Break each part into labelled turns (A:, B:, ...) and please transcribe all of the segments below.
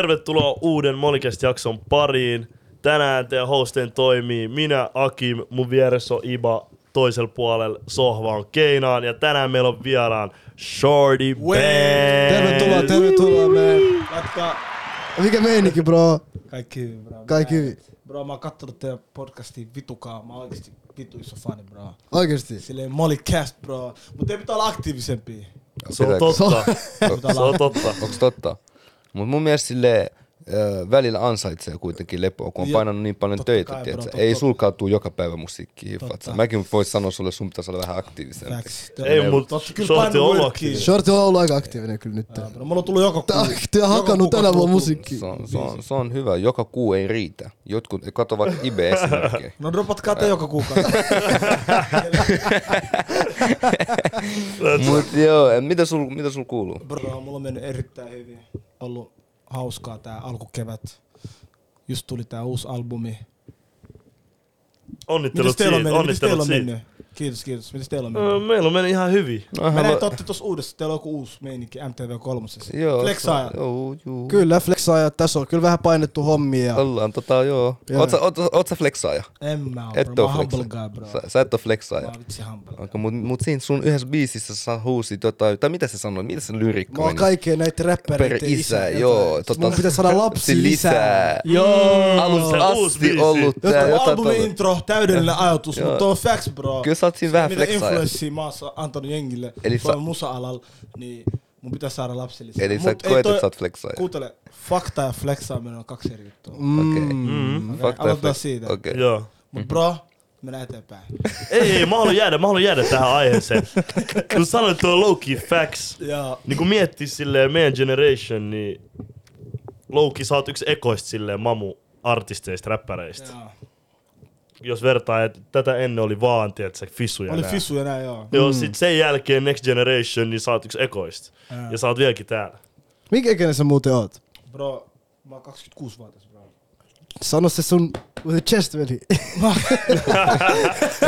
A: Tervetuloa uuden Monikest-jakson pariin. Tänään teidän hosteen toimii minä, Akim, mun vieressä on Iba, toisella puolella sohva on Keinaan ja tänään meillä on vieraan Shorty
B: Wey!
A: Band.
C: Tervetuloa, tervetuloa, man.
B: Jatka.
C: Mikä meininki, bro?
B: Kaikki hyvin, bro.
C: Kaikki hyvin.
B: Bro, mä oon kattonut teidän podcastia vitukaa. Mä oon oikeesti vitu iso fani, bro.
C: Oikeesti.
B: Silleen molicast, bro. Mut ei pitää olla aktiivisempi.
A: Se on totta.
B: Pitää
A: Se
B: olla
A: on totta.
D: Onks totta? Mut mun mielestä sille välillä ansaitsee kuitenkin lepoa, kun on
B: Joo,
D: painanut niin paljon
B: totta
D: töitä,
B: kai,
D: tietsä.
B: bro, totta.
D: Ei sulkaa tuu joka päivä musiikkia, hiffat
B: Totta.
D: sä. Mäkin voisin sanoa sulle, sun pitäisi olla vähän aktiivisempi.
B: Facts.
A: Ei, mut
B: Totta, kyllä
A: shorty
B: painanut
A: on ollut
B: workia.
A: aktiivinen.
C: Shorty on ollut aika aktiivinen kyllä nyt.
B: Joo, Bro, mulla on tullut joka
C: Tää
B: kuukausi.
C: tää on hakannut tänä vuonna musiikkia.
D: Se on, se, on, se on hyvä. Joka kuu ei riitä. Jotkut, kato vaikka Ibe esimerkkiä.
B: No dropatkaa te joka kuukausi.
D: Mut joo, eh, mitä sul, mitä sul kuuluu?
B: Bro, mulla on mennyt erittäin hyvin. Ollut hauskaa tää alkukevät. Just tuli tää uusi albumi. Mitäs
A: Onnittelut
B: teillä on
A: siitä,
B: mennyt? Mitäs teillä
A: onnittelut
B: on
A: siitä.
B: mennyt? Kiitos, kiitos. Mitäs teillä on mennyt?
A: Öö, Meillä on mennyt ihan hyvin.
D: No,
B: Mä
D: hän
B: näin,
D: va-
B: te ootte tossa uudessa, teillä on joku uusi meininki MTV3.
D: Joo,
B: Flexaaja.
D: se- Joo, joo.
C: Kyllä, flexaaja tässä on kyllä vähän painettu hommia.
D: Ollaan tota, joo.
C: Joo.
D: Oot sä- oot- Oot sä flexaaja?
B: En mä oo,
D: Et
B: bro.
D: oo
B: Mä oon humble guy,
D: flexaaja.
B: bro.
D: Sä- Sä et oo
B: Mä
D: flexaaja.
B: oon vitsi humble.
D: Okay, mutta mut siinä sun yhdessä biisissä sä huusit jotain, tai mitä se sanoi, mitä se lyriikka
C: Mä oon kaikkien näitä
D: Per
C: räppäreitä
D: isä, joo. Tota,
C: Mun pitää saada lapsi
D: si-
C: lisää.
B: Joo.
D: Alusta
A: Se uusi
D: asti
A: biisi.
D: ollut
B: Jos
D: tää
B: on
D: jotain
B: albumin
D: tuolla.
B: intro, täydellinen ajatus,
D: Joo.
B: mutta on facts, bro.
D: Kyllä sä oot siinä vähän
B: Mitä
D: flexaaja.
B: influenssia mä oon sa- antanut jengille
D: Eli
B: Eli
D: sä-
B: Suomen musa-alalla, niin mun pitää saada lapsellisia.
D: Eli sä koet, että sä oot flexaaja.
B: Kuuntele, fakta ja flexaaminen on kaksi eri juttua.
D: Okei.
B: Mm-hmm.
A: Mm.
D: Fakta ja
B: aloitetaan
D: flex-
B: siitä.
D: Okei. Mm-hmm.
A: Joo.
B: Mut bro, mennään eteenpäin.
A: Ei, ei, mä haluan jäädä, mä haluan jäädä tähän aiheeseen. Kun sanoit, että on low-key facts,
B: Ja
A: niin kun miettii silleen meidän generation, niin Louki, sä oot yksi ekoista silleen mamu artisteista, räppäreistä.
B: ja.
A: Jos vertaa, että tätä ennen oli vaan, tiedätkö, fissuja.
B: Oli
A: nää.
B: fissuja nää, joo.
A: Joo, sit sen jälkeen Next Generation, niin sä oot yksi ekoista.
B: Jaa.
A: Ja sä oot vieläkin täällä.
C: Minkä ikäinen sä muuten oot?
B: Bro, mä oon 26-vuotias, bro.
C: Sano se sun with the chest, veli.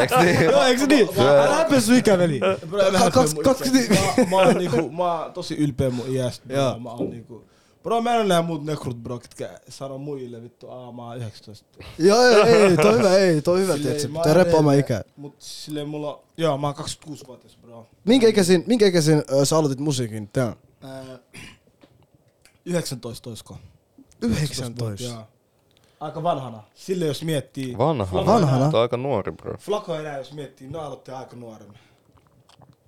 D: Eiks niin?
C: Joo, eiks niin? Älä häpeä sun ikä, veli.
B: Bro, mä häpeän
C: Kaksi-
B: mun
C: kaksi-
B: itseäni. Mä- mä oon niinku, mä oon tosi ylpeä mun iästä.
C: niin. Joo.
B: Bro. Mä oon niinku, bro, mä en oo nää muut nekrut, bro, ketkä sanoo muille, vittu, aa, mä oon 19.
C: Joo, joo, ei, toi hyvä, ei, toi hyvä,
B: Silleen,
C: tietsä.
B: mä
C: Pitää
B: oon
C: reppaa oma
B: edelleen,
C: ikä.
B: Mut silleen mulla, on- joo, mä oon 26-vuotias, bro.
C: Minkä ikäisin, minkä ikäisin ö, sä aloitit musiikin? Tää.
B: Ää, 19, oisko?
C: 19.
B: Joo. Aika vanhana. Sille jos miettii.
D: Vanha.
C: Vanhana?
D: Tää on aika nuori, bro.
B: Flako enää, jos miettii, ne aloitti aika nuorena.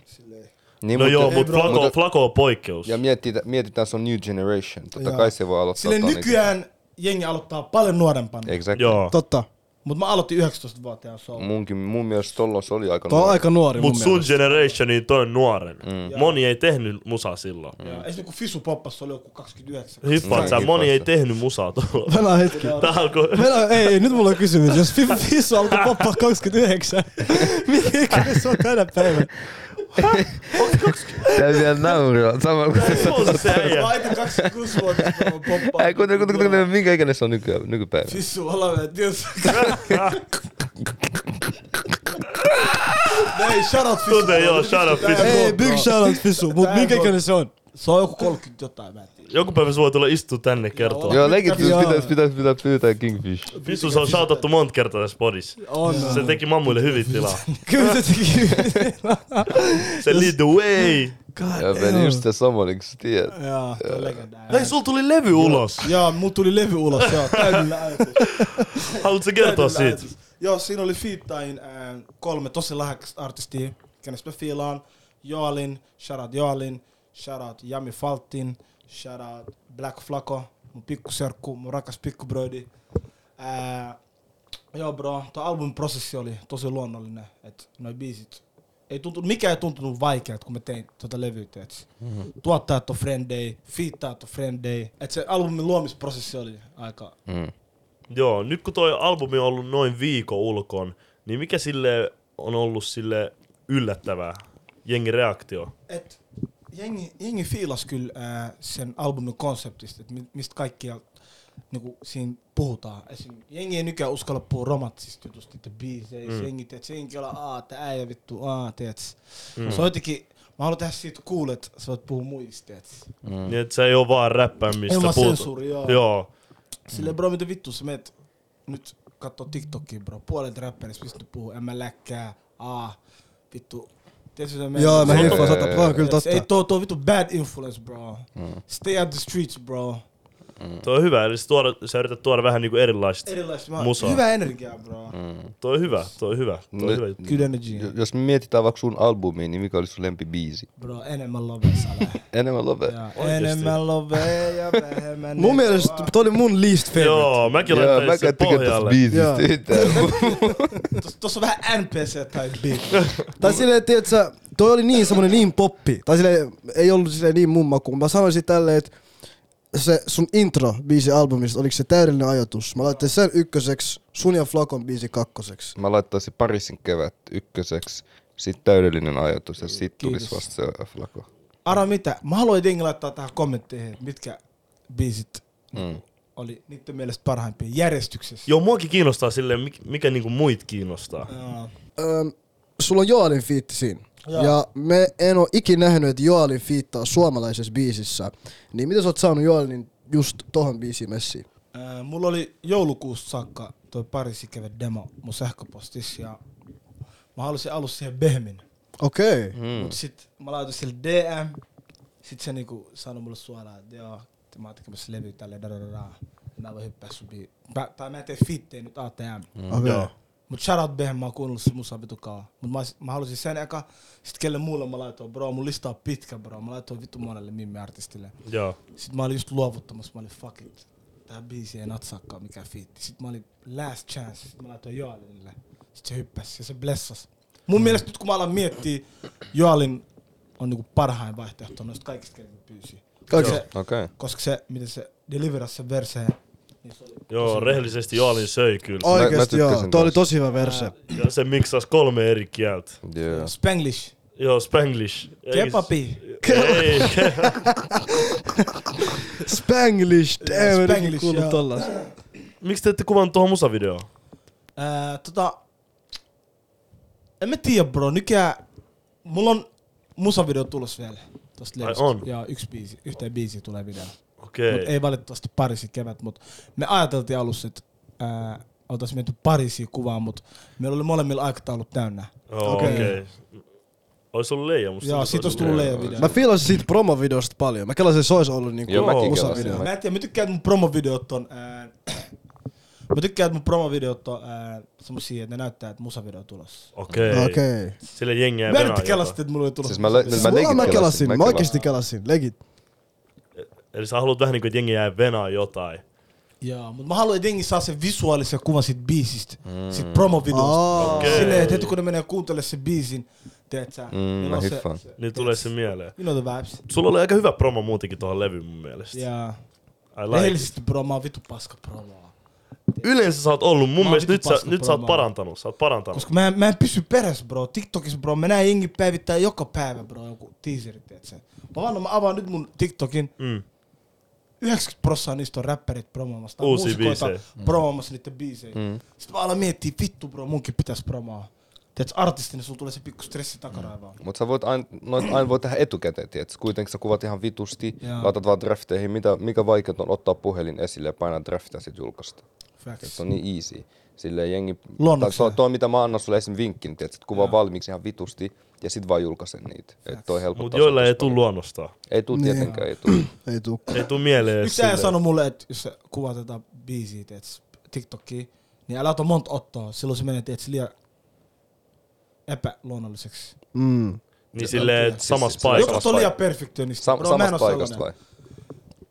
B: Silleen.
D: Niin,
A: No
D: mut-
A: joo, mutta
B: bro,
A: Flako, Flako on poikkeus.
D: Ja mietitään, mietitään, se on new generation. Totta
B: Joo.
D: kai se voi aloittaa.
B: Silleen
D: tonni-
B: nykyään jengi aloittaa paljon nuorempana.
D: Exactly.
A: Joo.
C: Totta.
B: Mut mä aloitin 19-vuotiaana, so.
D: Munkin, mun mielestä tollon se oli aika
C: Toi on
D: nuori.
C: aika nuori mun
A: Mut sun
C: mielestä.
A: generationiin toi on nuoren. Moni ei tehnyt musaa silloin.
D: Mm.
B: Ja Esim. kun Fisu poppas, se oli joku 29.
A: Hippaat sä,
D: Mäkin
A: moni ei
D: vasta.
A: tehnyt musaa tuolla.
C: Venä hetki.
A: Tää alkoi...
C: Meillä, ei, ei, nyt mulla on kysymys. Jos Fifi Fissu alkoi poppaa 29, mikä se on tänä päivänä?
D: Tää vielä nauraa. Samalla kun se...
A: Tuo on se äijä.
B: Mä oon aika 26 vuotta, kun mä poppaan.
D: Ei, kuuntele, kuuntele, kuuntele, minkä ikäinen se on nykyään, nykypäivänä?
B: Fisu, olla mä tiedä. Ei, shout out Fisu.
A: Tunte, joo, shout out Fisu.
C: Ei, big shout out Fissu, mut
B: Tää
C: minkä
B: voi-
C: ikäinen se on?
B: Se on joku 30 jotain, mä en tiedä.
A: Joku päivä sä voit tulla istua tänne ja kertoa.
D: Joo, legit, siis
C: Joo.
D: pitäis, pitäis, pitäis pyytää Kingfish.
A: Vissu, se on shoutattu monta kertaa tässä podissa.
C: On.
A: Se teki mammuille hyvin tilaa.
C: Kyllä se teki.
A: Se lead the way.
D: Ja meni just se samoniksi, tiedät.
B: Jaa, toi on legenda.
A: Hei, sul tuli levy ulos.
B: Jaa, mut tuli levy ulos, joo, täydellä ajatus.
A: Haluatko sä kertoa
B: Täydellinen
A: siitä?
B: ajatus. Joo, siinä oli fiittain äh, kolme tosi lähekkäistä artistia, kenestä mä fiilaan. Joalin, shoutout Joalin, shoutout Jami Faltin, shoutout Black Flaco, mun pikkuserkku, mun rakas pikkubröidi. Äh, joo bro, tuo albumin prosessi oli tosi luonnollinen, että noi biisit. Ei tuntunut, mikä ei tuntunut vaikealta, kun mä tein tuota levyä, mm-hmm. Tuottajat on friendei, fiittaat on friendei. Että se albumin luomisprosessi oli aika...
D: Mm.
A: Joo, nyt kun toi albumi on ollut noin viikon ulkon, niin mikä sille on ollut sille yllättävää? Jengi reaktio.
B: et jengi, jengi fiilas kyllä äh, sen albumin konseptista, että mi- mistä kaikkia niinku, siinä puhutaan. Esim, jengi ei nykyään uskalla puhua romantisista jutusta, että biiseissä, mm. jengi, teet, jengi olla, aa, tää äijä vittu, aa, teet. Mm. Se on jotenkin, mä haluan tehdä siitä cool, että sä voit puhua muista, teet.
A: Niin, et se ei oo vaan räppäämistä.
B: Ilman
A: puhuta-
B: sensuuri, joo. Mm.
A: Joo.
B: Silleen bro, mitä vittu sä meet nyt kattoo TikTokia bro, puolet räppäristä mistä nyt puhuu, en mä läkkää, aa, vittu. Tiedätkö sä meet?
C: Joo, mä
B: Se-
C: hiffaan sata, toi on kyllä totta.
B: Ei tuo, tuo vittu bad influence bro. Stay out the streets bro.
A: Toi on hyvä, eli sä, tuoda, sä yrität tuoda vähän niinku erilaista.
B: Erilaista, mä-
A: Musaa.
B: hyvä energia bro.
A: Toi on hyvä, toi on hyvä. Toi on
D: Nyt-
A: hyvä. juttu.
B: Good energy.
D: Jo- Jos me mietitään vaikka sun albumia, niin mikä olisi sun lempibiisi?
B: Bro, enemmän lovea sale.
D: Enemmän love.
B: Ja enemmän lovea ja vähemmän.
C: Mun mielestä toi oli mun least favorite.
A: Joo, mäkin
D: Joo,
A: laitan
D: mä
A: sen
D: en tykkää tosta
A: pohjalle.
C: Joo.
D: biisistä yhtään.
B: Tos- Tossa on vähän NPC tai beat.
C: Tai silleen, tiedätkö, toi oli niin semmonen niin poppi. Tai silleen, ei ollut silleen niin mun makuun. Mä sanoisin tälleen, että se sun intro biisi albumista, oliko se täydellinen ajatus? Mä laittin sen ykköseksi, sun ja Flakon biisi kakkoseksi.
D: Mä laittaisin Parisin kevät ykköseksi, sit täydellinen ajatus ja sit tulisi
B: Kiitos.
D: vasta se flako.
B: Ara mitä? Mä haluan jotenkin laittaa tähän kommentteihin, että mitkä biisit oli niiden mielestä parhaimpia järjestyksessä.
A: Joo, muakin kiinnostaa silleen, mik- mikä niinku muit kiinnostaa.
B: Joo.
C: Öm, sulla on Joalin fiitti siinä. Ja. ja me en oo ikinä nähnyt, että Joalin fiittaa suomalaisessa biisissä. Niin miten sä oot saanut Joalin just tohon biisiin messiin?
B: Ää, Eh, Mulla oli joulukuussa saakka toi Pariisi kävi demo mun sähköpostissa ja mä halusin alussa siihen Behmin.
C: Okei. Okay.
B: Mm. Mut sit mä laitoin sille DM, sit se niinku sanoi mulle suoraan, että joo, että mä oon tekemässä levyä tälle da da da da. Mä voin hyppää sun bii- Mä, tai mä en tee fittejä nyt ATM. Mm.
C: Okei. Okay.
B: Mut shoutout Behem, mä oon kuunnellut se musaa vitu kauan. Mut mä, ois- mä halusin sen eka, sit kelle muulle mä laitoin, bro, mun lista on pitkä, bro. Mä laitoin vittu monelle mimmi-artistille.
A: Joo.
B: Sitten mä olin just luovuttamassa, mä olin fuck it. Tää biisi ei natsaakaan mikään fiitti. Sitten mä olin last chance, sit mä laitoin Joalinille. Sitten se hyppäsi ja se blessas.
A: Mm.
B: Mun mielestä nyt kun mä alan miettiä, Joalin on niinku parhain vaihtoehto noista kaikista, ketkä pyysi.
C: Kaikki.
B: Se-
D: Okei.
B: Koska se, miten se deliverasi sen verseen, niin se oli
A: Joo, rehellisesti Joalin söi kyllä.
C: Oikeesti
D: Mä- mä
C: joo,
D: tykkäsin
C: toi oli
D: tosta.
C: tosi hyvä verse.
A: Ja se miksas kolme eri kieltä.
D: Joo.
B: Spanglish.
A: Joo, Spanglish. Eikä-
B: Kepapi.
A: Ei,
C: Spanglish,
B: Spanglish,
C: damn, Spanglish, kuullut
B: joo.
C: tollas.
A: Miksi te ette kuvannut tuohon musavideoon?
B: Ää, tota, en mä tiedä bro, nykyään mulla on musavideo tulossa vielä. Tosta
A: Ai
B: levystä.
A: on?
B: Ja yksi biisi, yhteen biisiin tulee video.
A: Okei.
B: Mut ei valitettavasti Pariisi kevät, mutta me ajateltiin alussa, että ää, oltaisiin menty Pariisiin kuvaan, mutta meillä oli molemmilla aikataulut täynnä.
A: Joo,
C: Okei.
A: Okei. Ois ollut leija musta.
B: Joo,
A: tuntuu,
B: sit
A: että ois
B: olisi tullut
A: ollut
B: leija video.
C: Mä fiilasin siitä promovideosta paljon. Mä kelasin, että se olisi ollut niinku
D: Joo, mäkin
C: musavideo.
D: kelasin.
B: Mä en tiedä, mä tykkään, että mun promovideot on... Ää, mä tykkään, että mun promovideot on ää, semmosia, että ne näyttää, että musavideo on tulossa.
A: Okei. Okei.
C: Okei.
A: Sille jengiä
B: Mä
A: venaa
B: en
A: jotain.
B: kelasit, että mulla oli tulossa.
D: Siis mä lö-
C: Mä, mä
D: legit kelasin,
C: kelasin,
D: mä
C: mä oikeesti kelasin, legit.
A: Eli sä haluat vähän niinku, että jengi jää venaa jotain.
B: Joo, mutta mä haluan, että jengi saa sen visuaalisen kuvan siitä biisistä, mm. siitä promovideosta.
C: Aa.
A: Okei.
B: Silleen, että heti kun ne menee kuuntelemaan sen biisin, teet sä,
D: Mm,
B: niillä
D: mä
B: on se-
D: hiffaan.
B: se-
A: Niin tulee se mieleen.
B: You know the vibes.
A: Sulla oli aika hyvä promo muutenkin tuohon levyyn mun mielestä.
B: Jaa.
A: I like it.
B: Rehellisesti bro, mä oon vitu paska promoa.
A: Yleensä sä oot ollut, mun
B: oon
A: mielestä
B: vittu
A: nyt sä,
B: paska
A: nyt sä oot
B: promoa.
A: parantanut, sä oot parantanut.
B: Koska mä, en- mä en pysy perässä bro, TikTokissa bro, mä näen jengi päivittää joka päivä bro, joku teaseri, teet sä. Mä vaan, mä avaan nyt mun TikTokin,
A: Mm.
B: 90 prosenttia niistä on räppärit promoamassa tai
A: Uusia
B: muusikoita
A: biisejä. Mm.
B: promoamassa niiden biisejä. Mm. Sitten mä alan miettiä, vittu bro, munkin pitäisi promoa. Tiedätkö, artistina sulla tulee se pikku stressi takaraivaan.
D: Mut sä voit aina, noit aina voi tehdä etukäteen, tiedätkö? Kuitenkin sä kuvat ihan vitusti,
B: Joo.
D: laitat vaan drafteihin, mitä, mikä vaikeut on ottaa puhelin esille ja painaa draftia ja sit julkaista. Et
B: Facts.
D: Se on niin easy. Silleen jengi...
B: Luonnoksena.
D: Tai Tuo, tuo, mitä mä annan sulle esim. vinkin, tiedätkö? Että kuvaa valmiiksi ihan vitusti ja sit vaan julkaisen niitä. Et toi helpottaa.
A: Mut joilla ei
D: sun
A: tuu luonnostaan.
D: tosi- Ei tuu
B: Niin.
D: tietenkään, ei tuu.
C: Ei tuu.
A: Ei tuu mieleen edes
B: Yksi äijä
A: silleen.
B: sanoi mulle, että jos sä kuvaat tätä biisiä, teet sä TikTokiin, niin älä ota monta ottoa, silloin se menee, teet sä liian epäluonnolliseksi.
C: Mm.
A: Niin silleen, että
D: Siis-
A: samassa
D: siis-
A: paikassa.
B: Jotkut on liian
D: paikassa.
B: perfektionisti.
D: Sam-
B: Bro, mä en
D: samasta
B: oo
D: paikasta vai?
B: sellainen.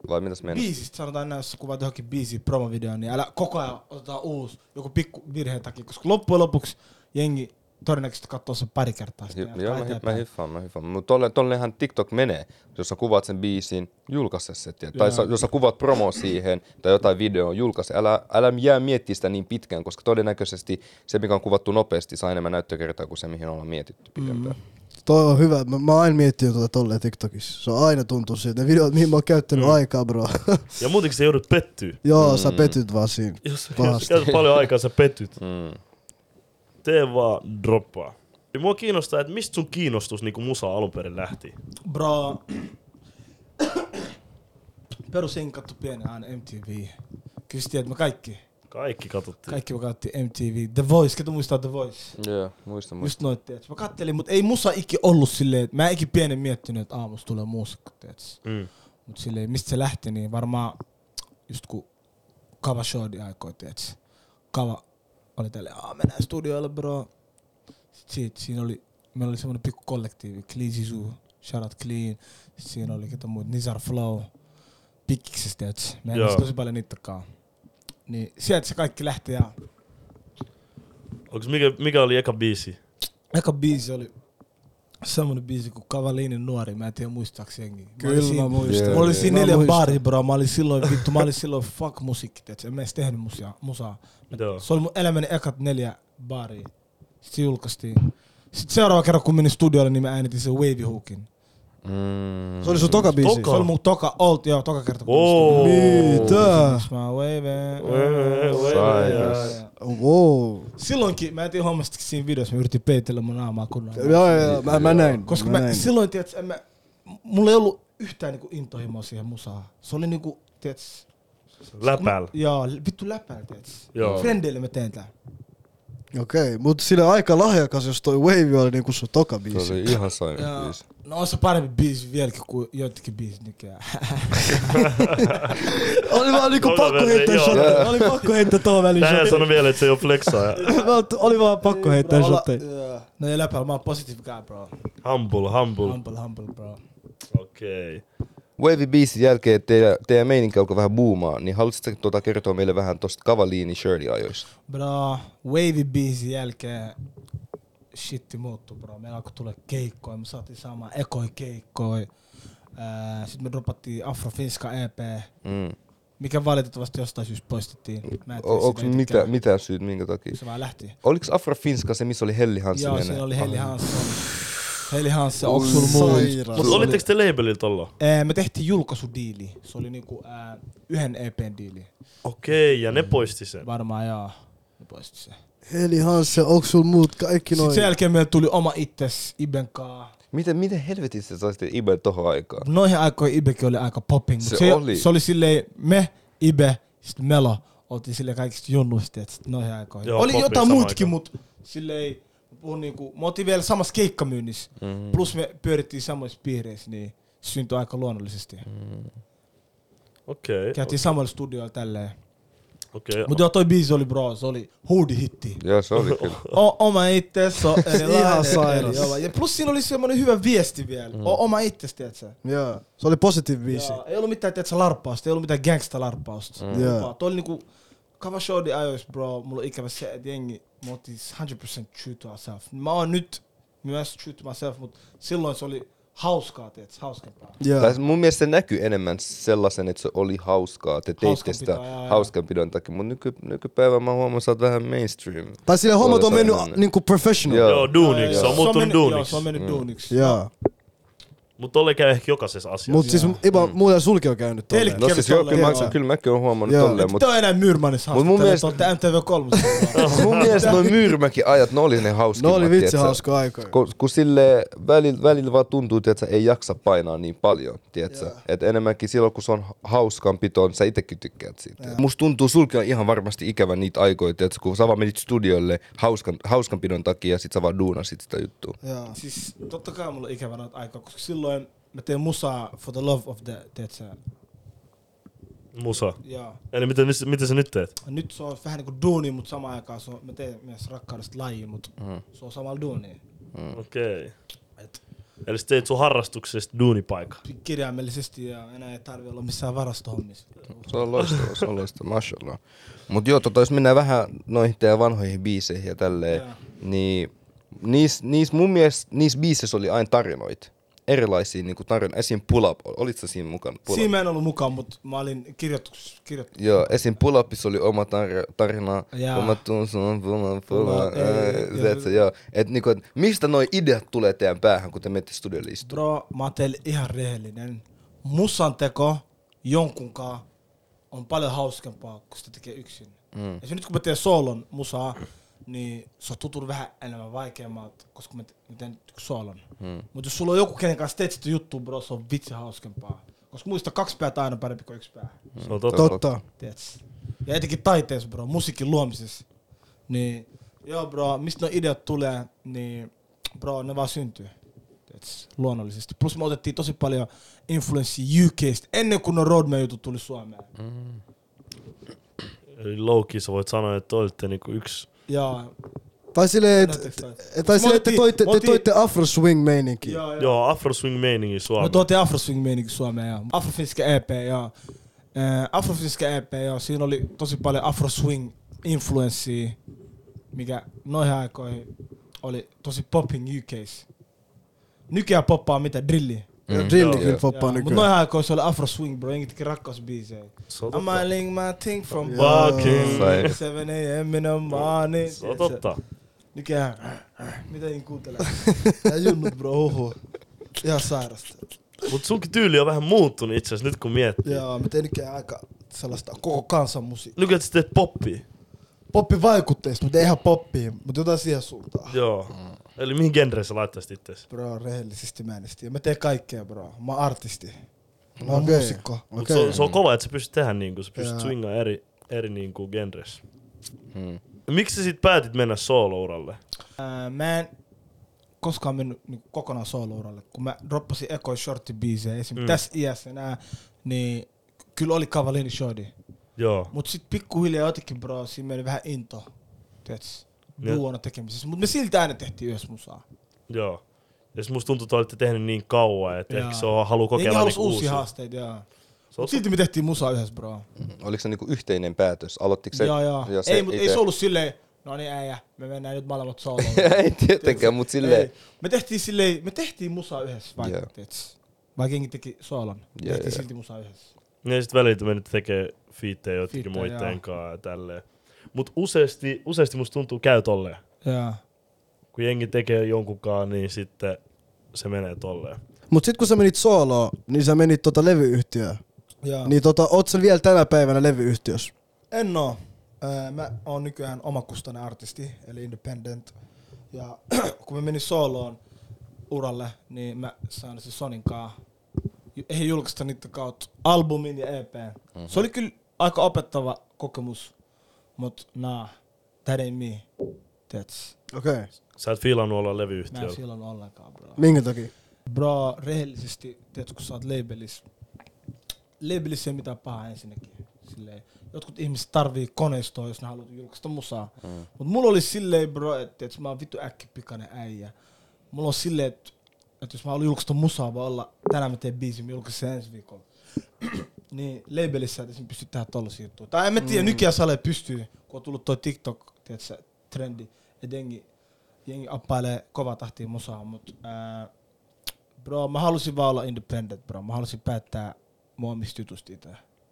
D: Vai mitäs mennä?
B: Biisistä sanotaan näin, jos sä kuvaat johonkin biisiin promovideon, niin älä koko ajan otetaan uusi joku pikku virheen takia, koska loppujen lopuksi jengi todennäköisesti katsoo sen pari kertaa. sitten ja
D: Hi- Joo, mä, hi- mä
B: eteenpäin.
D: hiffaan, mä hiffaan. Mutta tolle, tollehan TikTok menee, jos sä kuvaat sen biisin, julkaise se. tiedät. Tai sä, jos sä kuvaat promo siihen tai jotain videoa, julkaise. Älä, älä jää miettiä sitä niin pitkään, koska todennäköisesti se, mikä on kuvattu nopeasti, saa enemmän näyttökertaa kuin se, mihin ollaan mietitty pidempään. Mm.
C: Toi on hyvä. Mä, mä oon aina miettinyt tuota tolleen TikTokissa. Se on aina tuntunut siltä. Ne videot, mihin mä oon käyttänyt mm. aikaa, bro.
A: Ja muutenkin sä joudut pettyä.
C: Joo, mm. sä petyt vaan siinä.
A: Jos, jos
C: Pahasti.
A: käytät paljon aikaa, sä petyt.
D: Mm.
A: Tee vaan droppaa. Ja mua kiinnostaa, että mistä sun kiinnostus niinku musa alun perin lähti?
B: Bro. Perusinkattu pieni aina MTV. Kyllä sä tiedät, me kaikki.
A: Kaikki katsottiin.
B: Kaikki me katsottiin MTV. The Voice, ketä muistaa The Voice?
D: Joo, muista, muista.
B: Just noit, tiedätkö. Mä kattelin, mutta ei musa ikki ollut silleen, että mä en ikin pienen miettinyt, että aamussa tulee muusikko, tiedätkö.
A: Mm.
B: Mut silleen, mistä se lähti, niin varmaan just kun Kava Shorty aikoi, tiedätkö. Kava oli tälleen, aah mennään studioille bro. Sit Siit, siinä oli, meillä oli semmonen pikku kollektiivi, Clean Sisu, Shout out Clean. Sit siinä oli ketä muut, Nizar Flow, Pikkiksessä, tiedätkö. Mä en
A: Joo.
B: tosi paljon niittäkaan. Niin sieltä se kaikki lähti ja
A: Onks mikä, mikä oli eka biisi?
B: Eka biisi oli semmonen biisi kuin Kavalinin nuori, mä en tiedä muistaaks jengi. Mä olin
C: Kyllä
B: siinä-
C: mä muistan.
D: Joo,
B: Mä olin
D: joo.
B: siinä
C: Mä
B: neljä
C: muistan.
B: baari, bro. Mä olin silloin, vittu, mä olin silloin fuck musiikki, tiiätkö? En mä edes tehnyt musaa. musaa.
A: Joo.
B: Se oli mun elämäni ekat neljä baari. Sitten se julkaistiin. Sitten seuraava kerran, kun menin studiolle, niin mä äänitin sen Wavy Hookin.
D: Mm.
C: Se oli sun toka biisi.
A: Toka.
B: Se oli mun toka, old, joo, toka kerta. kun menin
A: Wow.
B: studiolle.
C: Mitä?
B: Miss my wavy.
A: Wavy, wavy,
D: Sairas.
B: Joo, joo.
C: Wow.
B: Silloinkin, mä en tiedä hommasta siinä videossa, mä yritin peitellä mun naamaa kunnolla.
C: Joo, joo, joo. Mä, mä näin.
B: Koska
C: mä
B: mä,
C: näin.
B: silloin, tiedätkö, en mä, mulla ei ollut yhtään niinku intohimoa siihen musaan. Se oli niinku, tiedätkö,
A: Läpäällä.
B: Joo, vittu läpäällä, tiedätkö.
A: Joo.
B: Frendeille mä teen tää.
C: Okei, mut sillä aika lahjakas, jos toi Wave oli niinku sun toka
D: Se
C: biisi.
D: oli ihan sairas
B: Joo.
D: biisi.
B: No on se parempi biisi vieläkin kuin joitakin biisi nykyään.
C: Oli vaan niinku
A: Toka
C: pakko
A: versi,
C: heittää
A: joo.
C: shotteja. Oli pakko heittää tuohon väliin
A: Tää
C: shotteja.
A: sano vielä, että se ei oo flexaaja.
C: Mä oot- Oli vaan pakko heittää
B: Olla-
C: shotteja.
B: Joo. No ei läpäällä, mä oon positive guy, bro.
A: Humble, humble.
B: Humble, humble, bro.
A: Okei. Okay.
D: Wavy biisin jälkeen teidän, teidän meininki alkoi vähän buumaa, niin haluaisitko tuota kertoa meille vähän tosta Cavallini Shirley ajoista?
B: Bro, wavy biisin jälkeen shitti muuttu, bro. Meillä alkoi tulla keikkoja, me saatiin saamaan ekoi keikkoja. Sitten me dropattiin Afrofinska EP.
D: Mm.
B: mikä valitettavasti jostain syystä poistettiin. Mä en tiedä
D: O- Onko
B: sitä
D: mitä,
B: itsekään.
D: mitä syyt, minkä takia?
B: Se vaan lähti.
D: Oliko Afrofinska se, missä oli Helli Hansen?
B: Joo,
D: ja
B: siinä
D: ne?
B: oli Heli
D: Ah.
B: Hansson. Heli Hansson, onko sulla muu?
C: Sairaan.
A: Mut olitteko te labelilla tolla?
B: Ää, Me tehtiin julkaisudiili. Se oli niinku ää, yhden EPn diili.
A: Okei, okay, ja ne poisti sen.
B: Varmaan joo. Ne poisti se.
C: Eli Hansen, onks sul muut kaikki
B: Sitten sen
C: noin?
B: jälkeen meillä tuli oma itses Iben kaa.
D: Miten, miten helvetissä saisitte Iben tohon aikaan?
B: Noihin aikoihin Ibekin oli aika popping. mut
D: Se
B: se,
D: oli.
B: se oli silleen me, Ibe, sitten Melo. Oltiin silleen kaikista junnuista, että noihin aikoihin.
A: Joo,
B: oli
A: popping
B: jotain
A: samaan
B: muitakin,
A: aikaan.
B: mutta silleen mä puhun niinku, me oltiin vielä samassa keikkamyynnissä. Mm. Plus me pyörittiin samoissa piireissä, niin se syntyi aika luonnollisesti. Mm.
A: Okei, okay,
B: Käytiin samoilla studioilla tälleen.
A: okei.
B: Mutta joo, toi biisi oli bro, se oli huudi hitti.
D: Joo, se oli kyllä.
B: O, oma itsesi on erilainen.
C: Ihan sairas.
B: eri joo. Ja plus siinä oli semmoinen hyvä viesti vielä. Mm. O, oma itsesi, tiedätkö?
C: Joo, se oli positiiv biisi.
B: Joo, ei ollut mitään tiedätkö, larppausta, ei ollut mitään gangsta-larppausta. Mm.
C: Joo.
B: Tuo oli niinku Kava Shorty ajoissa, bro. Mulla on ikävä se, että jengi, mä otin 100% true to myself. Mä oon nyt myös true to myself, mutta silloin se oli hauskaa, tiedätkö, hauskempaa.
C: Joo.
D: Tai mun mielestä se näkyy enemmän sellaisen, että se oli hauskaa. Te teitte sitä
B: Hauskanpitoa, joo, joo.
D: hauskanpidon takia, mutta nyky, nykypäivän mä huomaan, sä oot vähän mainstream.
C: Tai sille hommat on
D: Oletan
C: mennyt
D: ennen.
C: niinku professional.
D: Joo.
A: Joo, duuniksi. Se on muuttunut
B: mennyt- joo,
A: duuniksi.
B: Se on
D: Mm.
B: mennyt duuniksi.
C: Joo.
A: Mut tolle käy ehkä jokaisessa asiassa.
C: Mut siis Iba, muuten sulki on käynyt tolleen.
B: Eli-
D: No siis joo, kyllä,
B: Joo.
D: mä, kyllä mäkin oon huomannut
C: Joo.
D: tolleen,
B: Mutta
D: mutta
B: on enää Myyrmanissa
D: Mut mun
B: haastattelut,
D: mielestä-
B: olette MTV3.
D: mun mielestä noin myyrmäkin ajat, ne oli ne
C: No
D: hauskimmat.
C: oli vitsi
D: tiedätkö?
C: hauska aika.
D: Kun, kun sille välillä, välillä vaan tuntuu, että ei jaksa painaa niin paljon, tiedätkö? Et enemmänkin silloin, kun se on hauskan pitoon, sä itsekin tykkäät siitä. Musta tuntuu, sulki on ihan varmasti ikävä niitä aikoja, tiedätkö? Kun sä vaan menit studiolle hauskan, hauskan pidon takia ja sit sä vaan duunasit sitä juttua.
C: Joo.
B: Siis totta kai mulla on ikävä noita aikaa, koska silloin mä tein musaa for the love of the, tiedätkö?
A: Musa.
B: Joo.
A: Eli miten, mis- miten sä nyt teet?
B: Nyt se on vähän niinku duuni, mutta samaan aikaan se on, mä teen myös rakkaudesta lajiin, mutta mm. se on samalla duuni.
A: Okei. Okay.
B: Et
A: Eli sä teet sun harrastuksesta duunipaikka.
B: kirjaimellisesti ja enää ei tarvi olla missään varastohommissa.
D: Se on loistava, se on loistava, mashallah. Mut joo, tota, jos mennään vähän noihin teidän vanhoihin biiseihin ja tälleen,
B: Joo.
D: niin niis, niis mun mielestä niissä biiseissä oli aina tarinoita. erilaisia niinku tarinoita. Esim. Pull Up, olit sä siinä mukana? Pull Up.
B: Siinä mä en ollut mukaan, mutta mä olin kirjoitus, kirjoitus.
D: Joo, esim. Pull Upissa oli oma tar- tarina,
B: Jaa.
D: kun mä tuun sun, pull up, pull
B: Pull
D: up,
B: up, ei, ei,
D: eh,
B: ei,
D: tiedätkö, joo. Et niinku, et mistä noi ideat tulee teidän päähän, kun te menette studiolle istumaan?
B: Bro, mä oon teille ihan rehellinen. Musan teko jonkunkaan on paljon hauskempaa, kun sitä tekee yksin. Mm. Ja se nyt kun mä teen soolon musaa, niin se on tutunut vähän enemmän vaikeammalta, koska mä te- mä teen soolon. Mm. Mutta jos sulla on joku, kenen kanssa teet sitä juttua, bro, se on vitsi hauskempaa. Koska muista kaksi päätä aina parempi kuin yksi pää.
A: Se on totta.
C: Totta.
B: Tiedätkö? Ja etenkin taiteessa, bro, musiikin luomisessa. Niin, joo, bro, mistä ne ideat tulee, niin, bro, ne vaan syntyy. Tiedätkö? Luonnollisesti. Plus me otettiin tosi paljon influenssia UKstä ennen kuin ne roadman-jutut tuli Suomeen.
A: Eli low-key sä voit sanoa, että olitte niinku yksi
B: Ja,
C: Tai silleen, et,
B: Näyttäks taas?
C: et- Eh, tai silleen, että te toitte, te toitte afro swing meininki.
B: ja, ja.
A: Joo, Afro Swing meiningi
B: Me
C: No
A: Suomeen.
B: tuotiin Afroswing meininki Suomeen, joo. Afrofinska E EP, joo. Äh, Afrofinska EP, joo. Siinä oli tosi paljon Afroswing influenssia, mikä noihin aikoihin oli tosi popping UKs. Nykyään poppaa mitä? Drilli.
C: Ja
B: Mm-hmm.
C: Drillikin
D: Mm. Joo.
C: poppaa
B: Mutta
C: nykyään.
B: noihin aikoihin se oli Afroswing, bro. Jengi teki rakkausbiisejä.
A: Se on
B: I'm
A: totta.
B: mailing my thing from
A: Joo. Fucking.
D: Sai.
B: 7 a.m. in the morning.
A: Se on totta.
B: Nykyään, äh, äh, mitä en kuuntele? Ja junnut, bro. Oho. Ihan sairasta.
A: Mut sunkin tyyli on vähän muuttunut itse asiassa nyt kun miettii.
B: Joo, mä tein nykyään aika sellaista koko kansan musiikkia.
A: Nykyään sä teet poppia.
B: Poppi vaikutteista, mutta ei ihan poppiin, mutta jotain siihen suuntaan.
A: Joo. Eli mihin genreen sä laittaisit itseäsi?
B: Bro, rehellisesti mä en edes tiedä. Mä teen kaikkea, bro. Mä oon artisti. Mä oon
C: Okei.
B: muusikko.
A: Mut
C: Okei.
A: se, on, se on kova, että sä pystyt tehdä niinku, sä pystyt
B: Joo.
A: swingaa eri, eri niinku genreissä.
D: Mm.
A: Miksi sä sit päätit mennä soolouralle?
B: Ää, mä en koskaan mennyt niin kokonaan soolouralle. Kun mä droppasin ekoi shortti biisejä, esim.
A: Mm.
B: Mm. tässä iässä nää, niin kyllä oli Kavalini shorty.
A: Joo.
B: Mut sit pikkuhiljaa jotenkin, bro, siinä meni vähän into. Tiedätkö?
A: Joo.
B: Duona tekemisessä. Mut me silti aina tehtiin yhdessä musaa.
A: Joo. Ja sit musta tuntuu, että olette tehnyt niin kauan, että
B: Joo.
A: ehkä se on halu
B: Jengi
A: kokeilla
B: halus
A: niinku
B: uusia,
A: uusia.
B: haasteita, joo.
A: Se on
B: Mut silti me tehtiin musaa yhdessä, bro.
D: Oliko se niinku yhteinen päätös? Aloittiko se?
B: joo, joo.
D: ja se
B: ei, mut, ei
D: ite-
B: se ollut silleen, no niin äijä, me mennään nyt molemmat soloon.
D: ei tietenkään, mutta silleen.
B: Ei. Me tehtiin silleen, me tehtiin musaa yhdessä, vaikka,
D: Joo.
B: yeah. vaikka jengi teki soolon,
D: Joo,
B: yeah, tehtiin
D: joo.
B: yeah. silti musaa yhdessä.
A: Niin Ja sit välillä mennyt tekee fiittejä jotenkin
B: Fiittejä,
A: muitteen
B: joo.
A: kanssa ja tälleen. Mut useasti, useasti musta tuntuu käy tolleen.
B: Joo.
A: Kun jengi tekee jonkunkaan, niin sitten se menee tolleen.
C: Mut sit kun sä menit sooloon, niin sä menit tota levyyhtiöön.
B: Joo.
C: Niin tota, oot sä vielä tänä päivänä levyyhtiössä?
B: En oo. Öö, Mä oon nykyään omakustainen artisti, eli independent. Ja kun mä menin sooloon uralle, niin mä sain se Sonin kaa. Ju- He julkaista niiden kautta albumin ja EP. Mm-hmm. Se oli kyllä aika opettava kokemus, mut nah, that ain't me. That's.
C: Okei. Okay.
A: Sä et fiilannut olla
B: Mä en
A: levyyhtiöllä.
B: silloin ollenkaan, bro.
C: Minkä takia?
B: Bro, rehellisesti, tiedätkö, kun sä oot labelis, labelis ei ole mitään pahaa ensinnäkin. Silleen, jotkut ihmiset tarvii koneistoa, jos ne haluat julkaista musaa. Mm. Mut mulla oli silleen, bro, että et, mä oon vittu äkkipikainen äijä. Mulla on silleen, että et jos mä haluan julkaista musaa, vaan olla tänään mä teen biisin, mä julkaisen sen ensi viikolla. niin labelissä et esim. pysty tehdä tollasia juttuja. Tai en mä tiedä, mm. nykyään sale pystyy, kun on tullut toi TikTok, tiedätkö, trendi, että jengi, jengi appailee kovaa tahtia musaa, mut ää, Bro, mä halusin vaan olla independent, bro. Mä halusin päättää mun omista jutusta itse.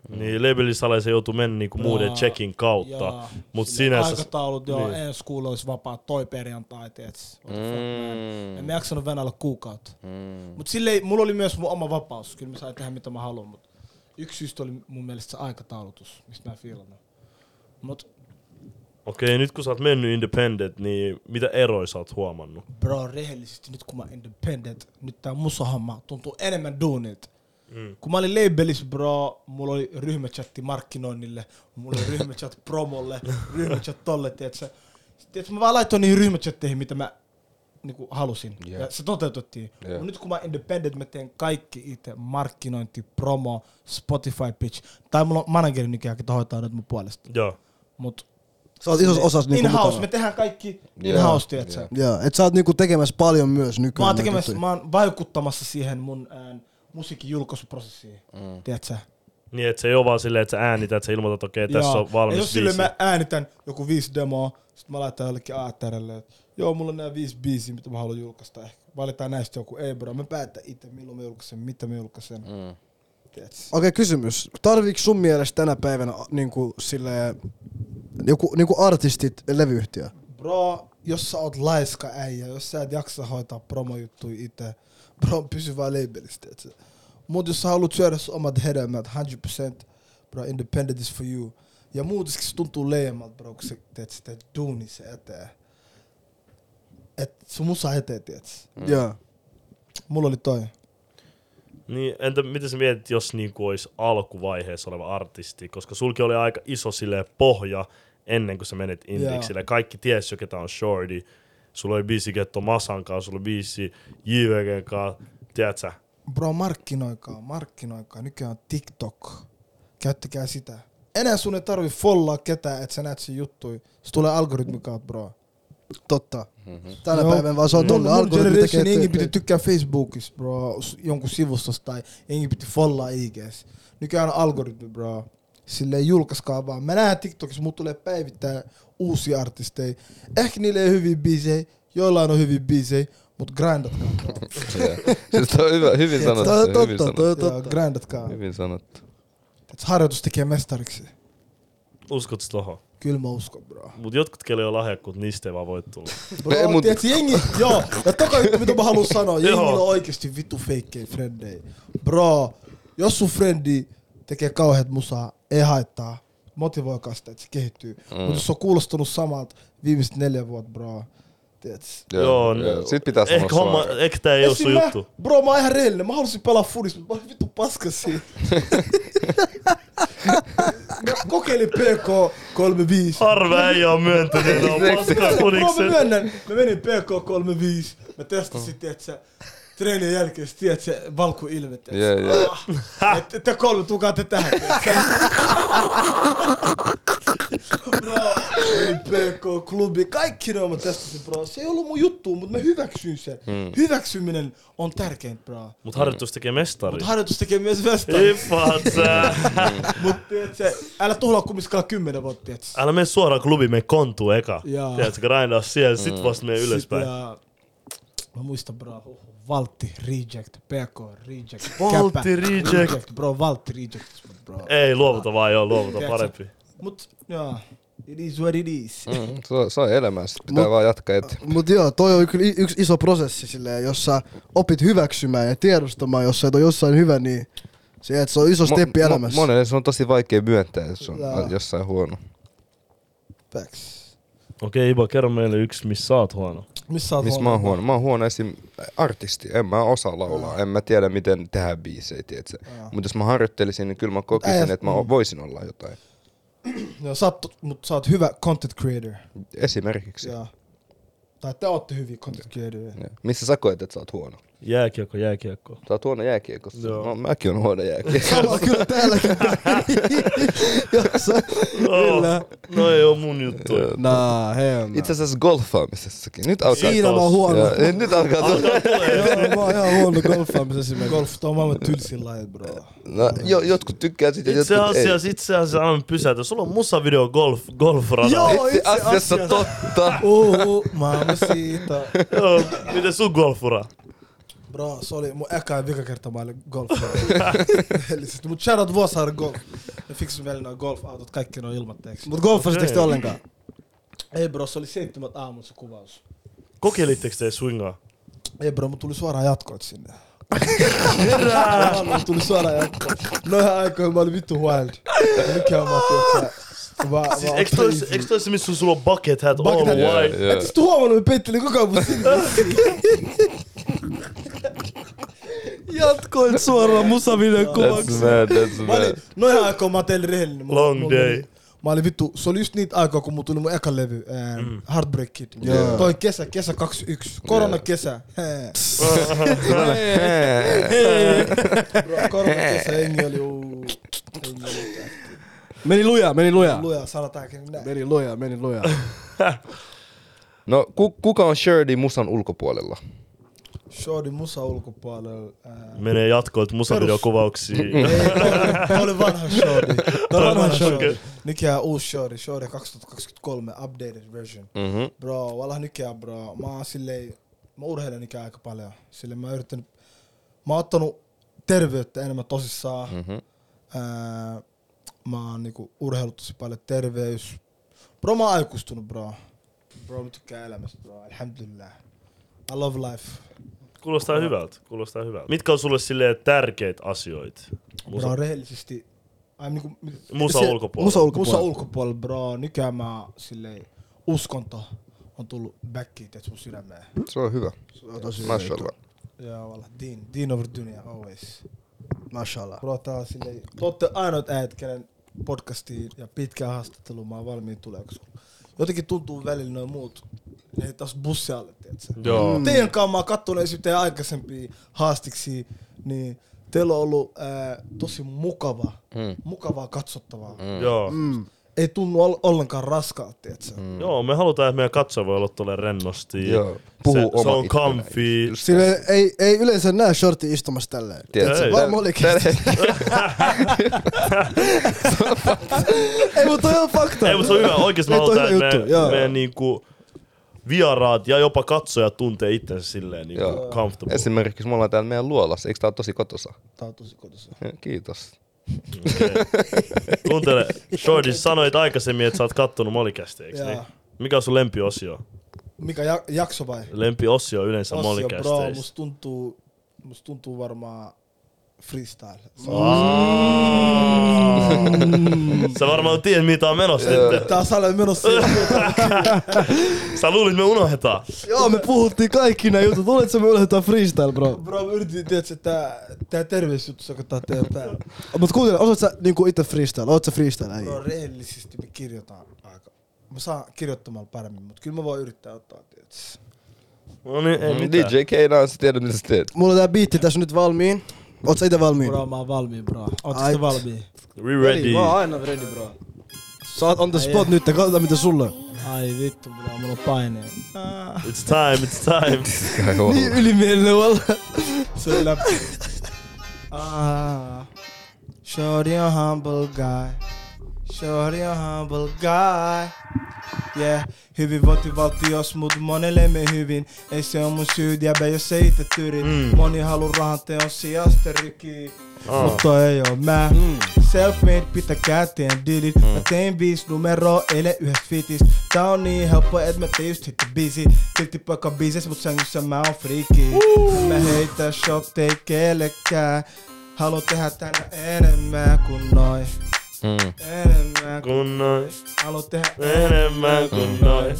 A: Niin labelisale se joutuu mennä niinku muiden
B: Joo.
A: checkin kautta.
B: Joo,
A: Mut
B: silleen
A: sinänsä...
B: Aikataulut, joo,
A: niin.
B: niin. ensi kuulla olisi vapaa toi perjantai, tiets.
D: Mm.
B: En mä jaksanut venällä kuukautta.
D: Mm.
B: Mut silleen, mulla oli myös mun oma vapaus. Kyllä mä sain tehdä mitä mä haluan, mut yksi syystä oli mun mielestä se aikataulutus, mistä mä en fiilannut. Mut
A: Okei, nyt kun sä oot mennyt independent, niin mitä eroja sä oot huomannut?
B: bro, rehellisesti nyt kun mä oon independent, nyt tää musahomma tuntuu enemmän duunit. Mm. Kun mä olin labelissä, bro, mulla oli ryhmächatti markkinoinnille, mulla oli ryhmächat promolle, ryhmächat tolle, tietsä. Tietsä, mä vaan laitoin niihin ryhmächatteihin, mitä mä niinku, halusin.
D: Jep.
B: Yeah. Ja se toteutettiin.
D: Jep.
B: Yeah. Nyt kun mä oon independent, mä teen kaikki itse. Markkinointi, promo, Spotify pitch. Tai mulla on manageri nykyään, joka hoitaa nyt mun puolesta.
A: Joo.
B: Mut
C: Sä oot isossa osassa niinku
B: in-house,
C: mukana.
B: me tehdään kaikki
D: Joo.
B: in-house, tietsä.
D: Joo.
C: Joo, et sä oot niinku tekemässä paljon myös nykyään.
B: Mä oon,
C: näitä
B: tekemässä,
C: juttuja.
B: mä oon vaikuttamassa siihen mun ään, musiikin julkaisuprosessiin. Mm. Tiedätkö?
A: Niin, että se ei ole vaan silleen, että sä äänität, että sä ilmoitat, että okei, tässä on valmis biisi.
B: ja jos silleen mä äänitän joku viisi demoa, sit mä laitan jollekin ATRlle, että joo, mulla on nämä viisi biisiä, mitä mä haluan julkaista ehkä valitaan näistä joku, ei bro, me päätä itse milloin me julkaisen, mitä me julkaisen. Mm.
C: Okei, kysymys. Tarviiko sun mielestä tänä päivänä niin kuin, sille, joku, niin kuin artistit levyyhtiö?
D: Mm.
B: Bro, jos sä oot laiska äijä, jos sä et jaksa hoitaa promojuttuja itse, bro, pysy vaan labelistä, tiedätkö? Mut jos sä haluat syödä sun omat hedelmät, 100%, bro, independent is for you. Ja muutenkin se tuntuu leijemmalta, bro, kun sä teet sitä duunissa eteen. Et sun musa eteen, tiedätkö?
C: Mm. Joo.
B: Mulla oli toi.
A: Niin, entä miten sä mietit, jos niin kuin olisi alkuvaiheessa oleva artisti? Koska sulki oli aika iso silleen, pohja ennen kuin sä menit Indiksille. Kaikki tiesi jo, ketä on Shorty. Sulla oli biisi Getto Masan kanssa, sulla oli biisi JVGn kanssa. Tiedät sä?
B: Bro, markkinoikaa, markkinoikaa. Nykyään on TikTok. Käyttäkää sitä. Enää sun ei tarvi follaa ketään, että sä näet sen juttui. Se tulee algoritmi kautta, bro.
C: Totta. Tänä
B: Joo.
C: päivänä vaan se on tolle
B: Mun- mun
C: algoritmi
B: generation
C: tekee
B: Jengi
C: töitä.
B: piti tykkää Facebookissa, bro, s- jonkun sivustosta tai jengi piti follaa IGs. Nykyään on algoritmi, bro. Sille julkaiskaa vaan. Mä näen TikTokissa, mut tulee päivittäin uusia artisteja. Ehkä niille ei hyviä biisejä, joillain on hyviä biisejä, mut grindatkaa. bro.
D: Siis toi on hyvä, hyvin sanottu.
C: Toi on
D: hyvin
C: totta,
D: sanottu.
C: toi on
B: Joo,
C: totta.
B: grindatkaa.
D: Hyvin sanottu.
B: Et harjoitus tekee mestariksi.
A: Uskot sä tohon?
B: Kyllä mä uskon, bro.
A: Mut jotkut, kelle on lahjakkuut, niistä ei vaan voi tulla.
B: Bro,
D: Ei, mut-
B: tiedätkö, jengi, joo, ja toka juttu, mitä mä haluan sanoa, jengi
A: Joo.
B: on oikeesti vittu feikkejä frendejä. Bro, jos sun frendi tekee kauheat musaa, ei haittaa, motivoikaa sitä, että se kehittyy. Mm. Mutta jos se on kuulostanut samalta viimeiset neljä vuotta, bro, tiedätkö?
A: Joo,
D: joo.
A: joo.
D: Sit pitää
A: Ehkä,
D: sanoa
A: homma,
D: suoraan.
A: ehkä tää ei oo
B: Esim.
A: sun
B: mä,
A: juttu.
B: Bro, mä oon ihan reellinen, mä halusin pelaa fudis, mutta mä olin vittu paska siinä. mä kokeilin PK35,
A: Harva ei oo myöntänyt, ne on paskaa
B: Mä
A: kuniksen.
B: myönnän, mä menin PK35, mä testasin, mm. tiedätkö, treenien jälkeen, tiedätkö, valkuilme,
D: Jee,
B: tiedätkö.
D: jee.
B: Ah, et- Te kolme, tulkaa te tähän, tiedätkö. Bro, menin PK-klubi, kaikki ne mä testasin, bro. Se ei ollut mun juttu, mutta mä hyväksyin sen. Hyväksyminen on tärkeintä, bro.
A: Mut harjoitus tekee mestari.
B: Mutta harjoitus tekee myös vestari.
A: Hippaat sä.
B: Mutta tiedätkö, älä tuhlaa kumminkaan kymmenen vuotta, tiedätkö.
A: Älä mene suoraan klubiin, mene kontuun eka.
B: Jaa.
A: Tiedätkö, grindaa siellä, sit vasta mene ylöspäin.
B: Sitä, mä muistan bro, Valtti Reject, PK Reject,
A: Valtti
B: Käpä,
A: Reject.
B: Bro, Valtti Reject, bro.
A: Ei, luovuta vaan joo, luovuta
B: Tiedätkö?
A: parempi.
B: Mut, joo, it is what it is.
D: Mm, se on- Se on elämää, sit pitää vaan jatkaa eteen.
C: Mut joo, toi on kyllä i- yksi iso prosessi silleen, jos sä opit hyväksymään ja tiedostamaan, jos sä et ole jossain hyvä, niin se, et se on iso steppi
D: Mo- mo-
C: elämässä.
D: Monelle se on tosi vaikea myöntää, jos se on
B: Jaa.
D: jossain huono.
B: Facts.
A: Okei, Iba, kerro meille yksi, missä sä oot huono.
B: Missä oot
D: Missä Siis mä oon huono? Mä oon huono esim. artisti, en mä osaa laulaa, en mä tiedä miten tehdä biisejä, tiedätkö? Mutta jos mä harjoittelisin, niin kyllä mä kokisin,
B: Äijä-
D: että mä
C: mm.
D: o- voisin olla jotain.
B: Joo, sä oot, mut sä oot hyvä content creator.
D: Esimerkiksi.
B: Joo. Tai te ootte hyviä content creatoria.
D: Joo. Missä sä koet, että sä oot huono?
A: Jääkiekko, jääkiekko.
D: Sä oot huono jääkiekossa.
A: Joo.
D: No, mäkin on huono jääkiekossa.
C: Sama kyllä täälläkin. jos sä...
A: Oh,
C: Kyllä.
A: no ei oo mun juttu.
C: Nah, hei
D: Itse asiassa golfaamisessakin. Nyt alkaa.
A: Siis
C: Siinä mä oon huono.
D: Joo, ei, nyt alkaa tulla.
C: Joo, mä oon ihan huono golfaamisessa esimerkiksi.
B: Golf, toi on maailman tylsin laji, bro.
D: No, jo, jotkut tykkää siitä,
A: Itse
D: jotkut ei.
A: asiassa, itse asiassa, anna nyt pysäytä. Sulla on musavideo golf, golfradalla.
C: Joo,
D: Itse asiassa totta.
B: Uhu, maailma siitä.
A: Joo. Miten sun golfura?
B: Bro, se oli mun eka ja vika kerta mä olin golf. Rehellisesti. Mut shoutout Vuosaaren golf. Ne fiksin meille noin golf-autot, kaikki ne on ilmatteeksi. Mut
C: Mut golfasitteko te
A: Okei.
C: ollenkaan?
B: ei bro, se oli seitsemältä aamulla se kuvaus.
A: Kokeilitteko te swingaa?
B: Ei bro, mut tuli suoraan jatkoit sinne. Herää! mut tuli suoraan jatkoit. Noihin aikoihin mä olin vittu wild. Mikä on mä tiedä. Mä,
A: Siis eikö toi se- eikö toi se, missä sulla on bucket hat all
B: Bucket hat.
A: white?
D: Joo.
B: Et sit huomannut, me peittelin koko ajan mun silmiä.
C: Jatkoit suoraan musavideon
D: That's mad, that's
B: Mä olin,
D: mad.
B: noihin aikoihin mä tein rehellinen. Mulla-
A: Long
B: mulla
A: day.
B: oli- Mä olin vittu, se oli just niitä aikoja, kun mulla tuli mun eka levy, ähm, Heartbreak Kid.
C: Joo.
B: Toi kesä, kesä 21, koronakesä. Hää. Bro, koronakesä, jengi oli uu. Jengi oli
C: Meni lujaa, meni lujaa.
B: luja, niin sanotaankin näin.
C: Meni lujaa, meni lujaa.
D: No, ku, kuka on Shirley musan ulkopuolella?
B: Shorty musa ulkopuolella. Äh.
A: Menee jatkoilta musavideokuvauksiin.
B: Ei, toi oli vanha Shorty. Toi oli vanha Shorty.
A: Okei.
B: Nykyään uusi Shorty, Shorty 2023, updated version.
D: Mm-hmm.
B: Bro, wallah nykyään bro, mä oon silleen mä urheilen ikään aika paljon. Sillä mä oon yrittänyt, mä oon ottanut terveyttä enemmän tosissaan.
D: Mhm.
B: Mm-hmm. Ää, mä oon niinku urheillut tosi paljon terveys. Bro, mä oon aikuistunut, bro. Bro, mä tykkään elämästä, bro. Alhamdulillah. I love life.
A: Kuulostaa hyvältä, kuulostaa hyvältä. Mitkä on sulle silleen tärkeitä asioita?
B: Musa. Bro,
A: Musa,
B: rehellisesti. Ai, niinku,
A: musa
C: Se-
A: ulkopuolella.
C: Musa
B: Musa
C: ulkopuolella.
B: ulkopuolella, bro. Nykyään mä oon silleen, uskonto on tullut backiin, teet mun sydämeen.
D: Se on hyvä.
C: on tosi hyvä
D: Mashallah.
B: Joo, valla. Din, din over dunia, always.
C: Mashallah.
B: Bro, tää on silleen, te ootte ainoat äijät, kenen podcastiin ja pitkään haastatteluun mä oon valmiin tuleeksi. Jotenkin tuntuu välillä noin muut, ne ei taas bussi alle, tietsä.
A: Joo.
B: Mm. Teidän kanssa mä oon kattonut esim. teidän aikaisempia haastiksi, niin teillä on ollut ää, tosi mukava, mm. mukavaa katsottavaa. Mm.
A: Joo.
C: Mm.
B: Ei tunnu ol- ollenkaan raskaalta, tietsä. Mm.
A: Joo, me halutaan, että meidän katsoja voi olla tuolle rennosti.
D: Joo.
A: se,
D: Puhu
A: se
D: oma
A: on
D: itsenäisyys.
A: comfy.
D: Just näin.
C: Sille ei, ei yleensä näe shorti istumassa tälleen.
D: Tiedätkö,
A: Ei.
D: tällä-
C: Vaan molikeista.
D: tällä-
C: Ei, mutta toi on fakta.
A: Ei, mutta se on hyvä. Oikeesti me
C: Niin, toi on
A: halutaan, että
C: hyvä
A: meidän,
C: juttu, joo.
A: meidän niinku vieraat ja jopa katsojat tuntee itsensä silleen niinku
D: Joo.
A: comfortable.
D: Esimerkiksi me ollaan täällä meidän luolassa. Eikö tää ole tosi kotosa? Eh,
B: Tää on tosi kotosa.
D: Kiitos.
A: Kuuntele, Shorty, sanoit aikaisemmin, että sä oot kattonut molikästä, eikö
B: Joo.
A: niin? Mikä on sun lempiosio?
B: Mikä ja- jakso vai?
A: Lempiosio yleensä
B: Osio, bro,
A: molikästeissä.
B: musta tuntuu, musta tuntuu varmaan freestyle. Se on-
A: Aa. Sä varmaan tiedät, mitä on menossa nyt.
B: Tää on sale menossa.
A: Sä luulit, me unohdetaan.
C: Joo, me puhuttiin kaikki nää jutut. Luulet sä me unohdetaan freestyle, bro?
B: Bro, mä yritin, tiedätkö, tää, tää terveysjuttu sekoittaa teidän päälle.
C: Mut kuuntele, osaat sä niinku itse freestyle? Oot sä freestyle
B: Bro,
C: äijä?
B: rehellisesti mä kirjoitan aika. Mä saan kirjoittamalla paremmin, mut kyllä mä voin yrittää ottaa, tiedätkö.
A: No niin, ei
D: Mm,
A: mitään.
D: DJ Keina, sä tiedät mitä sä teet.
C: Mulla on tää biitti tässä nyt valmiin. Oot sä itse valmiin?
B: Bro, mä oon valmiin, bro. Ootteko
C: Ai-
B: te valmiin?
A: We ready.
C: aina ready, bro. Sä oot on the spot nyt, katsotaan mitä sulle on.
B: Ai vittu, bro, mulla on paine.
A: It's time, it's time.
D: Kai olla.
C: Niin ylimielinen olla.
B: Se läpi. Ah, shorty a humble guy. Shorty a humble guy. Yeah, hyvinvointivaltios, mut monelle me hyvin. Ei se on mun syy, diabe, jos se itse tyri. Mm. Moni haluu rahan teon sijasta rikii.
A: Aa.
B: Mutta ei oo mä. Mm. Selfmade, pitäkää teen dilit. Mm. Mä tein viis numeroa eilen yhdestä fitis. Tää on niin helppo, et mä tein just hitti busy. Silti poika bises, mut sängyssä mä oon friiki. Mä heitä shottei kellekään. Haluan tehdä tänä enemmän kuin noin.
D: Mm.
B: Enemmän kuin
A: Kun noin,
B: Haluan tehdä
A: enemmän kuin noin,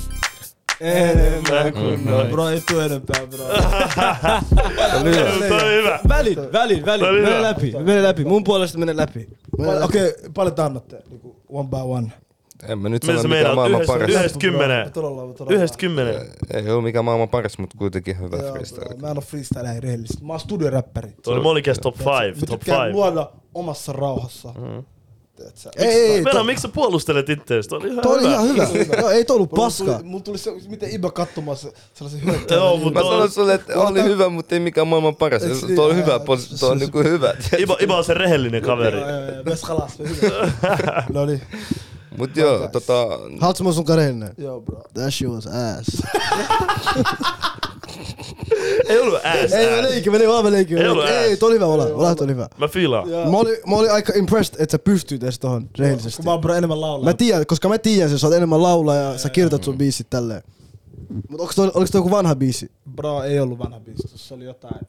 B: enemmän
A: enemmän
B: kuin
A: kuin noin.
B: Bro, ei tuu enempää, bro.
A: Toi on hyvä.
C: Välin, välin,
A: Toi oli
C: välin.
A: No niin, hyvä.
C: Mene läpi, mene läpi. Mun puolesta mene läpi. Mene
B: Pal-
C: läpi.
B: Okei, okay, paljon te annatte? Niinku one by one.
D: En mä nyt
A: Mitä
D: sano
A: sä
D: mikä
A: meinaat?
D: maailman
A: Yhdestä,
D: paras.
A: yhdestä kymmeneen.
B: Todella, todella.
A: Yhdestä kymmeneen.
D: Ei oo mikään maailman paras, mutta kuitenkin hyvä
B: Joo,
D: freestyle.
B: bro, Mä en oo freestyle ei rehellisesti. Mä oon studioräppäri.
A: Toi oli Molikäs top 5,
B: Mä
A: top Mm-hmm.
B: tykkään
A: 5.
B: luoda omassa rauhassa. Mm.
C: Ei, ei, ei.
A: Pena, miksi sä puolustelet ittees? Toi oli ihan
C: Toi oli
A: hyvä.
C: ihan hyvä. Joo, ei toi ollut paskaa.
B: Mulla tuli se, miten Iba katsomaan se, sellaisen hyökkäyksen.
A: Joo, mutta
D: Mä sanoin sulle, että oli hyvä, mutta ei mikään maailman paras.
B: Eks-
D: Tuo on hyvä,
B: joo,
D: pos- tuo on niinku hyvä.
A: Iba, Iba on se rehellinen kaveri.
B: Ves halas. No niin.
D: Mut joo, tota...
C: Haluatko mä sun karenne?
B: Joo, bro.
C: That shit was ass.
A: Ei ollut ass.
C: Ei, mä leikin, mä leikin, vaan mä leikin.
A: Ei
C: Ei,
A: ollut
C: ei,
A: ass.
C: toi oli hyvä, ola, ola, toi oli hyvä.
A: Mä fiilaan.
B: Joo.
C: Mä olin, mä olin aika impressed, että sä pystyit edes tohon rehellisesti.
B: Kun mä oon bro enemmän laulaa.
C: Mä tiedän, koska mä tiedän sen, sä oot enemmän laulaa ja sä kirjoitat sun biisit tälleen. Mut onks toi, oliks toi joku vanha biisi?
B: Bro, ei ollut vanha biistus. Se oli jotain.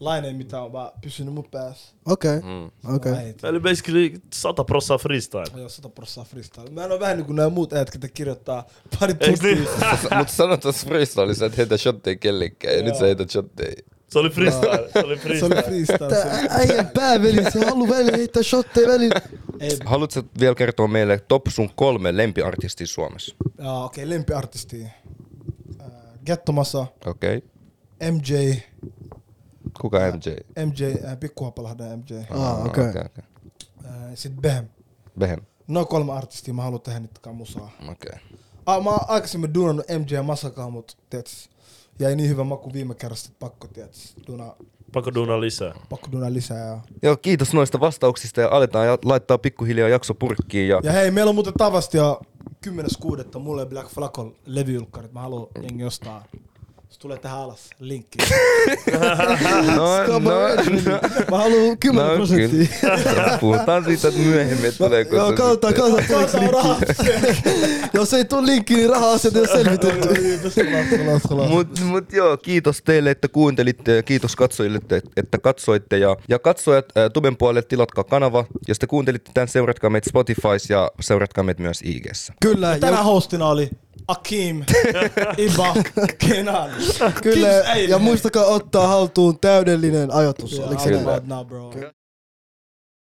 B: Laine, mitä on vaan pysynyt mun päässä.
C: Okei, okay.
A: Mm.
C: okei. Okay.
B: Ai, et-
A: Tää oli basically 100 prossaa freestyle.
B: Joo, 100 prossaa freestyle. Mä en oo vähän niinku nää muut äät, ketä kirjoittaa pari
A: Eiks
B: tuntia.
A: niin?
D: Mut sanoit tossa freestylissa, että heitä shotteja kellekään, ja nyt sä heität shotteja.
A: Se oli freestyle. Se oli
B: Se oli
A: freestyle.
B: freestyle. se oli-
C: Tää äijän pääveli, se haluu välillä heittää shotteja välillä.
B: Ei,
D: Haluatko vielä kertoa meille top sun kolme lempiartistia Suomessa?
B: Joo, okei, okay, lempiartisti. Äh, Gettomassa,
D: Okei. Okay.
B: MJ,
D: Kuka MJ?
B: MJ, äh, Pikkuhapalahden MJ.
C: Ah, okei. Okay.
D: okei.
B: Äh, sit Behem.
D: Behem.
B: No kolme artistia mä haluan tehdä niitä musaa.
D: Okei.
B: Ah, mä oon aikaisemmin duunannut MJ ja Masakaa, mut tiiäts, jäi niin hyvä maku viime kerrasta, että pakko tiiäts, duuna,
A: Pakko duunaa lisää.
B: pakko duuna lisää. Ja...
D: Joo, kiitos noista vastauksista ja aletaan ja laittaa pikkuhiljaa jakso purkkiin ja
B: ja hei, meillä on muuten tavasti jo 10.6. mulle Black Flacon levyjulkkarit. Mä haluan jengi ostaa Se tulee tähän alas, linkki.
D: No, no, no.
C: Mä haluan 10
D: No,
C: prosenttia. No,
D: kyllä. Puhutaan siitä että myöhemmin, että tuleeko
C: Joo,
D: se
C: katsotaan,
D: sitten.
C: katsotaan tuleeko
B: Kautta on
C: linkki.
B: rahat.
C: Jos ei tuu linkki, niin raha-asiat ei ole selvitetty.
D: Mut, mut joo, kiitos teille, että kuuntelitte ja kiitos katsojille, että- että katsoitte. Ja, ja katsojat, ää, Tuben puolelle tilatkaa kanava. Jos te kuuntelitte tämän, seuratkaa meitä Spotifys ja seuratkaa meitä myös IGssä.
C: Kyllä,
B: Tänään
C: ja,
B: hostina oli Akim, Iba, Kenan.
C: kyllä.
B: Kiitos äidille.
C: Ja muistakaa ottaa haltuun täydellinen ajoitus.
B: Yeah,
C: Oliks
B: I'll
C: se
B: be
C: näin?
D: Kyllä.
B: mad now, bro.